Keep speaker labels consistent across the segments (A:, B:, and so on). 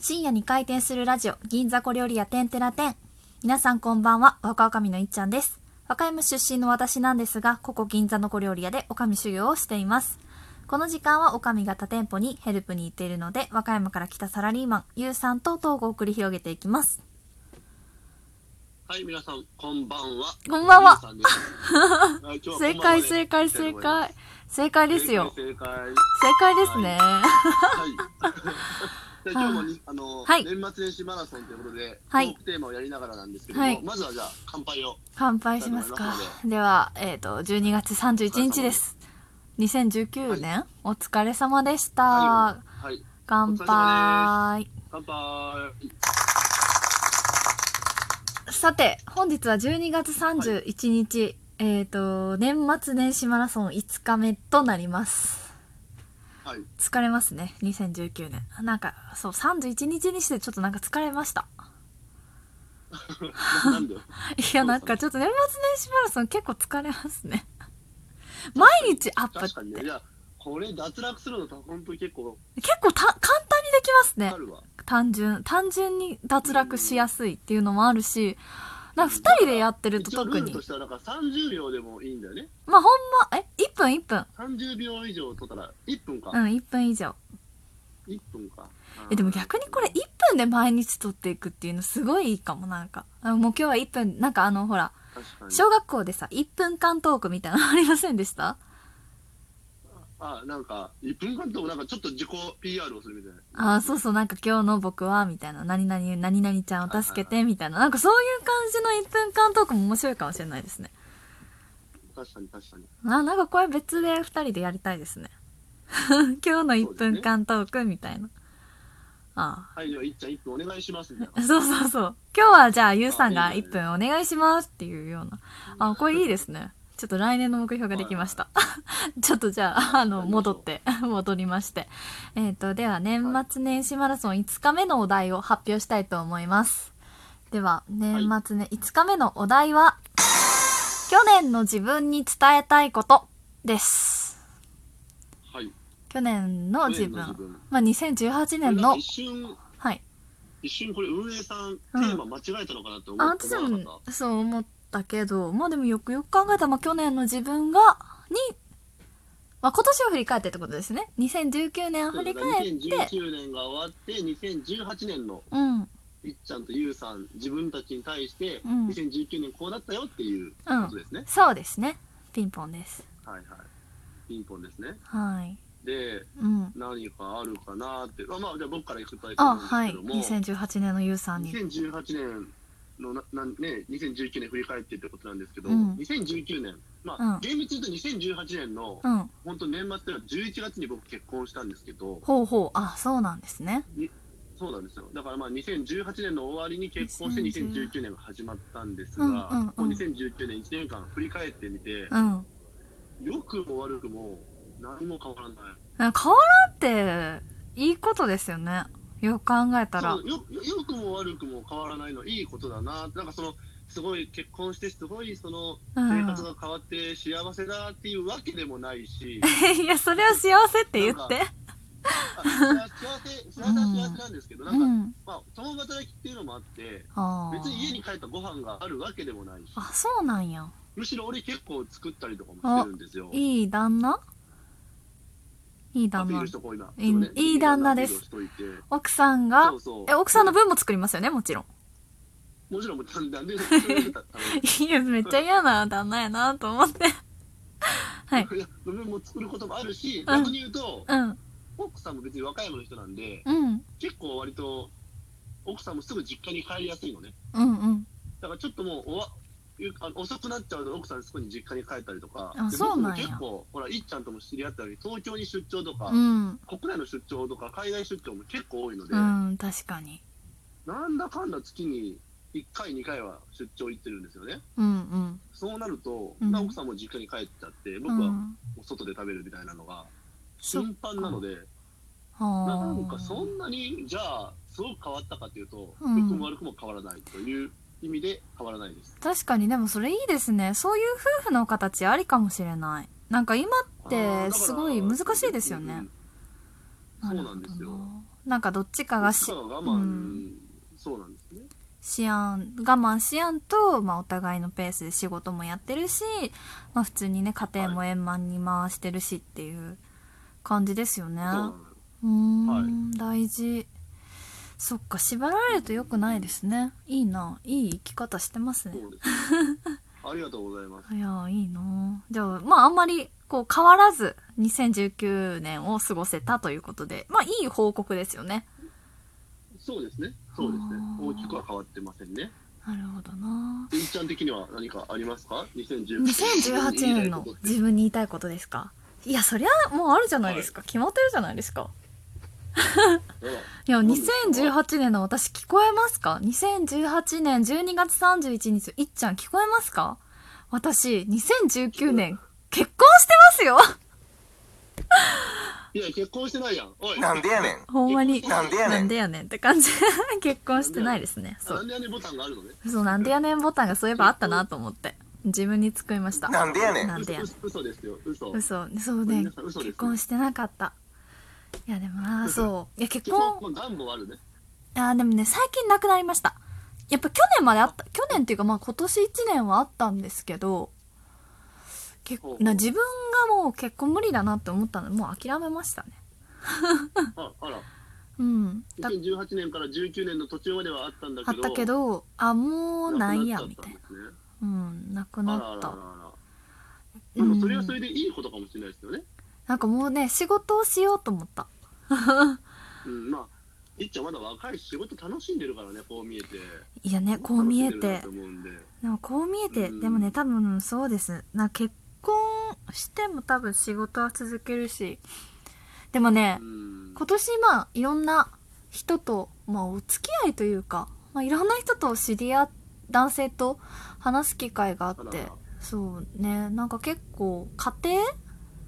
A: 深夜に回転するラジオ銀座小料理屋てんてらてん皆さんこんばんは若女将のいっちゃんです和歌山出身の私なんですがここ銀座の小料理屋で女将修行をしていますこの時間は女将が他店舗にヘルプに行っているので和歌山から来たサラリーマンゆうさんとトークを繰り広げていきます
B: はい、皆さん、こんばんは。
A: こんばんは
B: ゆうさんです。はい今日は
A: 正
B: こん
A: 解正
B: ばんはね
A: 解正解正解ですよ
B: 正解。正
A: 正解ですね
B: 解はい。で今日もにあの、
A: はい
B: 年末年始マラソンということで、
A: はい
B: トークテーマをやりながらなんですけども、
A: はい
B: まずはじゃあ乾杯を。
A: 乾杯しますかではえっ、と12月31日です2019年、お疲れ様でした、
B: はい。
A: 乾杯
B: 乾杯。
A: さて本日は12月31日、えっ、と年末年始マラソン5日目となります
B: はい。
A: 疲れますね2019年なんかそう31日にしてちょっとなんか疲れました
B: ななんで
A: いやなんかちょっと年末年始マラソン結構疲れますね 毎日アップ
B: 確かに
A: っ
B: ね。
A: て
B: いや、これ脱落するのと本当に結構
A: 結構た簡単にできますね
B: あるわ。
A: 単純単純に脱落しやすいっていうのもあるしなんか2人でやってると
B: 一応
A: 特
B: ルール
A: に
B: としてはなんか30秒でもいいんだよね。
A: まあほんまえ1分1分
B: 30秒以上取ったら1分か。
A: うん1分以上
B: 1分か。
A: えでも逆にこれ1分で毎日撮っていくっていうのすごいいいかもなんかあもう今日は1分なんかあのほら
B: 確かに
A: 小学校でさ1分間トークみたいなのありませんでした
B: あ、なんか、1分間ともなんかちょっと自己 PR をするみたいな。
A: あーそうそうなんか今日の僕はみたいな何々何々ちゃんを助けてみたいななんかそういう感じの1分間トークも面白いかもしれないですね
B: 確かに確かに。
A: あなんかこれ別で2人でやりたいですね 今日の1分間トークみたいな、あ
B: はい、では、いっちゃん1分お願いしますみたい
A: あそうそうそう今日はじゃあゆうさんが
B: あいいね
A: 1分お願いしますっていうようなあこれいいですねちょっと来年の目標ができました、ちょっとじゃああの戻って 戻りましてえっ、とでは年末年始マラソン5日目のお題を発表したいと思いますでは年末ね、5日目のお題は去年の自分に伝えたいことです
B: な。はい。
A: 去年の自
B: 去年の
A: 分
B: 自分
A: まあ、2018
B: これ
A: 年
B: なんか
A: の
B: 一瞬、
A: はい
B: 一瞬これ運営さん、
A: うん
B: テーマ間違えたのかなって思
A: あ
B: っ
A: 私
B: て思わなか
A: も
B: っ
A: そう思ったけどまあでもよくよく考えたら、まあ、去年の自分がに、まあ、今年を振り返ってってことですね2019年を
B: た。
A: 振り
B: そうだ
A: 返って
B: 2019年が終わって、2018年の
A: うんうん
B: いっちゃんとゆうさん、自分たちに対して、
A: うん
B: 2019年こうだったよっていうことですね。
A: そうですねピンポンです
B: はいはい。ピンポンですね。
A: はい
B: で、
A: うん
B: 何かあるかなって。まあ、まあ、じゃあ僕から行くといいと思
A: あ
B: うんです
A: はい
B: けども。
A: 2018年のゆうさんに
B: 2018年のななん、ね、2019年振り返ってってことなんですけど、
A: うん
B: 2019年、まあ
A: うん
B: 厳密に言うと2018年の、
A: うん
B: 本当、年末というのは11月に僕、結婚したんですけど、
A: ほうほうあそうなんですね
B: そうなんですよ、だからまあ2018年の終わりに結婚して、
A: 2019
B: 2019年が始まったんです
A: うん
B: が、
A: うんうん
B: この2019年、1年間振り返ってみて、
A: うん
B: 良くも悪くも、何も変わらない。
A: 変わらんっていいことですよねよく考えたら
B: そうよよ良くも悪くも変わらないのいいことだななんかそのすごい結婚してすごいその
A: うん
B: 生活が変わって幸せだっていうわけでもない し
A: いやそれは幸せって言って
B: あ幸せ幸せは幸せなんですけど、
A: う
B: なんか、
A: ん
B: まあ、共働きっていうのもあって
A: あー
B: 別に家に帰ったらご飯があるわけでもないし
A: あそうなんや
B: むしろ俺結構作ったりとかもしてるんですよ
A: いい旦那いい
B: ア
A: 旦
B: ピー
A: 那
B: ルしとこう今
A: いいいい旦那です
B: アピールしといて
A: 奥さんが
B: そうそう
A: え奥さんの分も作りますよねもち ろん
B: もちろんもう旦那で それだったら
A: いやめっちゃ嫌な旦那やなと思って はい
B: いや自分も作ることもあるし、
A: うん
B: 逆に言うと
A: うん
B: 奥さんも別に和歌山の人なんで
A: うん
B: 結構割と奥さんもすぐ実家に帰りやすいのね
A: うんうん
B: だからちょっともうおわゆあの遅くなっちゃうと奥さんそこに実家に帰ったりとか
A: あ
B: で
A: そうなんや
B: 僕も結構ほらいっちゃんとも知り合ったように東京に出張とか、
A: うん
B: 国内の出張とか海外出張も結構多いので、
A: うん確かに
B: なんだかんだ月に1回2回は出張行ってるんですよね
A: うんうん
B: そうなると、
A: うん
B: まあ奥さんも実家に帰っちゃって
A: う
B: 僕は
A: ん
B: お外で食べるみたいなのが
A: そ
B: 頻繁なので、な
A: は
B: んかそんなにじゃあすごく変わったかというと、
A: うん
B: 良くも悪くも変わらないという意味で変わらないです
A: 確かにでもそれいいですねそういう夫婦の形ありかもしれないなんか今っ
B: あーだか
A: て
B: ら
A: すごい難しいですよね
B: うんそうなんですよ
A: るほどななんかどっちかがし
B: 我慢、
A: うん
B: そうなんですね。
A: しやん我慢しやんと、まあ、お互いのペースで仕事もやってるし、まあ、普通にね家庭も円満に回してるしっていう感じですよね。
B: そうな
A: うん
B: です
A: ーん、
B: は
A: 大事そっか縛られると良くないですねいいないい生き方してますね
B: そうですありがとうございます。
A: いやいいなじゃあまああんまりこう変わらず2019年を過ごせたということでまあいい報告ですよね
B: そうですね。そうですね
A: あ。ー
B: 大きくは変わってませんね。
A: なるほどな
B: りんちゃん的には何かありますか ?2018
A: 2018年の自分に言いたいことですかいやそりゃもうあるじゃないですか、決まってるじゃないですかいや
B: 何ですか
A: 2018年の私聞こえますか2018年12月31日いっちゃん聞こえますか私2019年結婚してますよ
B: いや、結婚してないやん。おい。
C: なんでやねん。
A: ほんまに
C: なんでや
A: な
C: ね
A: ん
C: ん
A: で。やねんって感じ 結婚してないですねそ
B: な
A: うん
B: でやねんボタンがあるのね。
A: そうなんでやねんボタンがそういえばあったなと思って自分に作りました
C: なんでやねん
A: な。んでやねん
B: 嘘嘘ですよ、嘘。
A: 嘘そうね
B: 皆さん嘘です
A: 結婚してなかったいやでもなそういや結
B: 結婚
A: 婚
B: も願望あるね。
A: あーでもね最近なくなりましたやっぱ去年まであった去年っていうかまあ今年1年はあったんですけど結
B: ほうほう
A: な自分がもう結婚無理だなって思ったのでもう諦めましたね
B: ああら、
A: うんだ
B: 2018年から19年の途中まではあったんだ
A: あ
B: け
A: っ
B: ど。
A: たけどあもうないや
B: く
A: み
B: ったち
A: い
B: ゃ
A: な
B: ったんですね
A: うんなく
B: あら
A: な
B: あらあ
A: っ
B: ら
A: た
B: あ
A: う
B: ら。で
A: ん
B: もそれはそれでいいことかもしれないですよね。
A: なんかもうね仕事をしようと思った
B: うん、まあ。いっちゃんまだ若いし仕事楽しんでるからね、こう見えて。
A: いやねこう見え
B: 楽しんでるな
A: て
B: と思うんで。
A: でもこう見えて、
B: うん
A: でもね多分そうですな結婚しても多分仕事は続けるしでもね、
B: うん。
A: 今年まあいろんな人と、まあ、お付き合いというか、まあ、いろんな人と知り合っ男性と話す機会があって
B: あらあら
A: そうねなんか結構家庭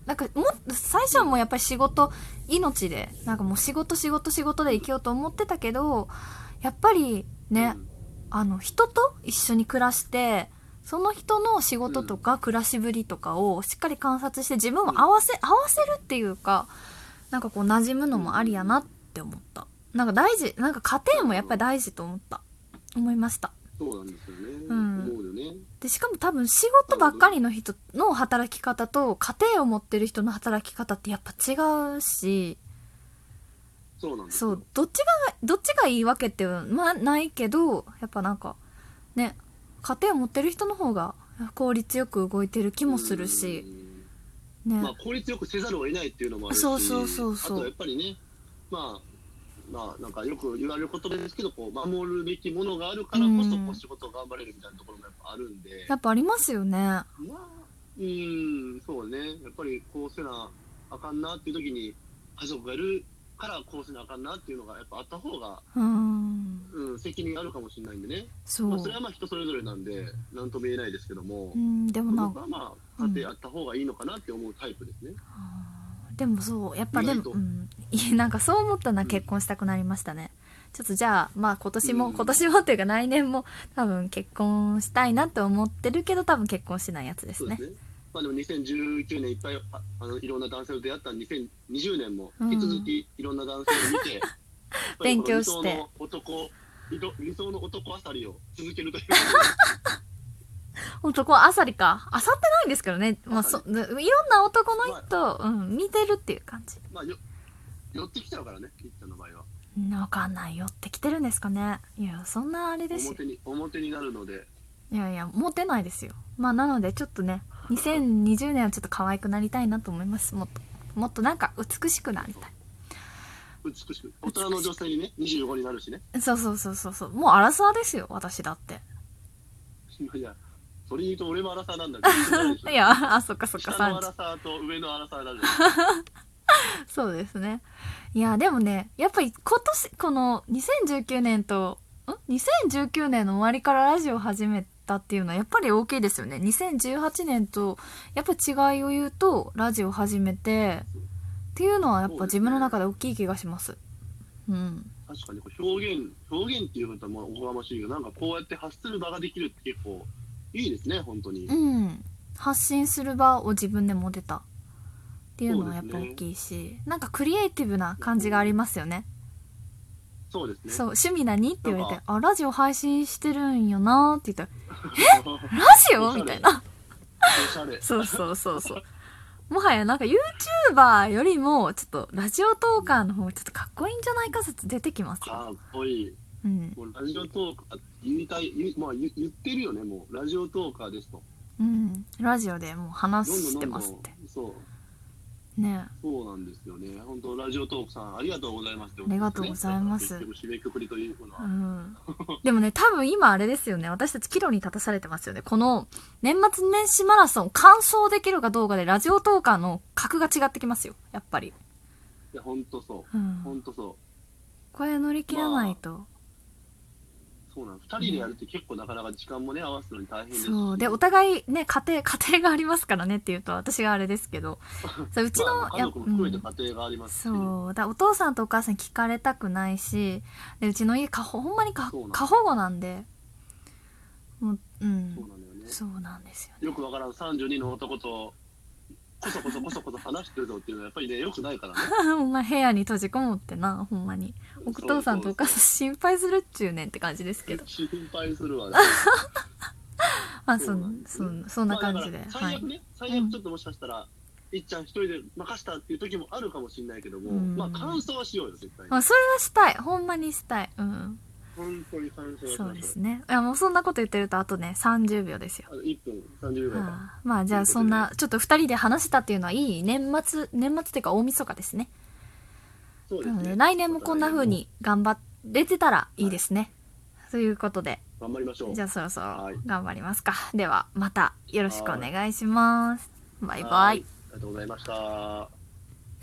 A: なんかもっ最初はもうやっぱり仕事命でなんかもう仕事仕事仕事で生きようと思ってたけどやっぱりね、
B: うん
A: あの人と一緒に暮らしてその人の仕事とか暮らしぶりとかをしっかり観察して自分を合わせ、合わせるっていうかなんかこう馴染むのもありやなって思ったなんか大事なんか家庭もやっぱり大事と思った思いました
B: そうなんですよね。
A: ん
B: 思うよね。
A: でしかも多分仕事ばっかりの人の働き方と家庭を持ってる人の働き方ってやっぱ違うし
B: そうなんです
A: そ
B: よ。
A: うどっちがどっちがいいわけっていうのはまあないけどやっぱなんかね家庭を持ってる人の方が効率よく動いてる気もするし、
B: う
A: ね
B: ん。まあ、効率よくせざるを得ないっていうのもあるし。
A: そうそうそうそう
B: あと、やっぱりね。まあ。まあ、なんかよく言われることですけど、こう守るべきものがあるからこそ、
A: うん
B: こう仕事を頑張れるみたいなところもやっぱあるんで。
A: やっぱありますよね
B: まあ、うん、そうね。やっぱりこうせなあかんなっていう時に、家族がいるからこうせなあかんなっていうのがやっぱあった方が、
A: うん
B: うん、責任あるかもしれないんでね。
A: そ
B: まあ、
A: う
B: それはまあ人それぞれなんで、なんとも言えないですけども
A: う、んでもなんか
B: 僕はまあ、家庭あった方がいいのかなって思うタイプですね。
A: でもそうやっぱで
B: 意
A: も、
B: 外と
A: うん、いやなんかそう思ったな
B: うん
A: 結婚したくなりましたね、ちょっとじゃあまあ今年も、
B: うん
A: 今年もっていうか来年も多分結婚したいなって思ってるけど多分結婚しないやつです
B: そう
A: ね
B: ですね。まあでも2019年いっぱいああのいろんな男性と出会った2020年も
A: うん
B: 引き続きいろんな男性 を見て、やっぱり
A: 勉
B: この
A: 強して
B: 理想の男理想理想の男あたりを続けるという
A: ほんとこうあさりかあさってないんですけどね、まあ、そいろんな男の人、うん、見てるっていう感じ
B: まあ、よ寄ってきちゃうからね、ピッチャーの場合は。
A: うんわかんないよってきてるんですかねいやそんなあれですよ
B: 表に表になるので、
A: いやいやモテないですよまあなのでちょっとね2020年はちょっと可愛くなりたいなと思いますもっともっとなんか美しくなりたい
B: 美しく、大人の女性にね、25になるしね。
A: そうそうそうそうそう。もうアラサーですよ、私だって。
B: いや、それに言うと俺もアラサーなんだけど、
A: い、や、あ、そっかそっか、
B: 下のア
A: 30
B: ラサーと上のアラサー だね。
A: そうですね。いや、でもね、やっぱり今年、この2019年と、ん ?2019 年の終わりからラジオを始めたっていうのはやっぱり大きいですよね。2018年と、やっぱ違いを言うと、ラジオを始めて、っていうのはやっぱ自分の中で大きい気がします。うん。
B: 確かにこう表現、表現っていうことはもうおこがましいけど、なんかこうやって発する場ができるって結構いいですね、本当に。
A: うん。発信する場を自分で持てた。っていうのはやっぱ大きいし、なんかクリエイティブな感じがありますよね。
B: そうですね。
A: そう、趣味何って言われ
B: なん
A: て、あ、ラジオ配信してるんよなって言ったら、ラジオみたいな。
B: おしゃれ。
A: そうそうそうそう。もはやなんか YouTuber よりも、ちょっとラジオトーカーの方がちょっとかっこいいんじゃないか説出てきますよ。
B: かっこいい。
A: うん。
B: もうラジオトーカーって言いたい、言,、まあ、言言ってるよね、もう。ラジオトーカーですと。
A: うん。ラジオでもう話
B: どんどん
A: し
B: ど
A: て
B: んど
A: ま
B: ん
A: すって。。
B: そう。
A: ね
B: そうなんですよね。本当ラジオトークさん、ありがとうございますってことですね、
A: ありがとうございます
B: 結局締めくくりというの
A: う
B: は。
A: ん。でもね、多分今あれですよね。私たち岐路に立たされてますよね。この年末年始マラソン完走できるかどうかでラジオトーカーの格が違ってきますよ。やっぱり。
B: いや、本当そうう。
A: ん。
B: 本当そう。
A: これ乗り切らないと。
B: そうなんです。二人でやるって結構なかなか時間もね、合わせるのに大変ですし。
A: そう。で、お互いね、家庭、 家庭がありますからねっていうと私があれですけ ど。そううちの、
B: まあ、家
A: や
B: 族も含めて
A: うん
B: 家庭がありますし、
A: そう。だからお父さんとお母さん聞かれたくないし、でうちの家過保、ほんまに過
B: そうなん
A: 過保護なんで、もう、うん
B: そう。なんだよね。
A: そうなんですよね。
B: よくわからん32の男と、こそこそこそこそ話してるぞっていうのはやっぱりね、よくないからね。
A: ほんま部屋に閉じこもってな、ほんまに。 お父さんとお母さん心配するっちゅうねんって感じですけど。
B: 心配するわね。
A: まあ、そ、
B: そうん
A: そ
B: そうなん
A: ん、そんな感じで。
B: まあだから
A: は
B: 最
A: い
B: 悪。ね、最悪ちょっともしかしたら、いっちゃん一人で任したっていう時もあるかもしれないけども、
A: うん
B: まあ感想はしようよ、絶対に
A: ま。あ、それはしたい。ほんまにしたい。うん。
B: 本当に感想はしましょ
A: そうですね。いや、もうそんなこと言ってると、あとね、30秒ですよ。
B: あの1分30秒か。
A: はあ、まあ、じゃあ、そんな、ちょっと二人で話したっていうのは、いい年末、年末っていうか、大晦日ですね。
B: そうで
A: な
B: す
A: ので、
B: ね。
A: 来年もこんな風に頑張れてたらいいですね。ということで、
B: 頑張りましょう。
A: じゃあそろそろ
B: はい
A: 頑張りますか。では、またよろしくお願いします。バイバイ
B: はい。あり。がとうございました。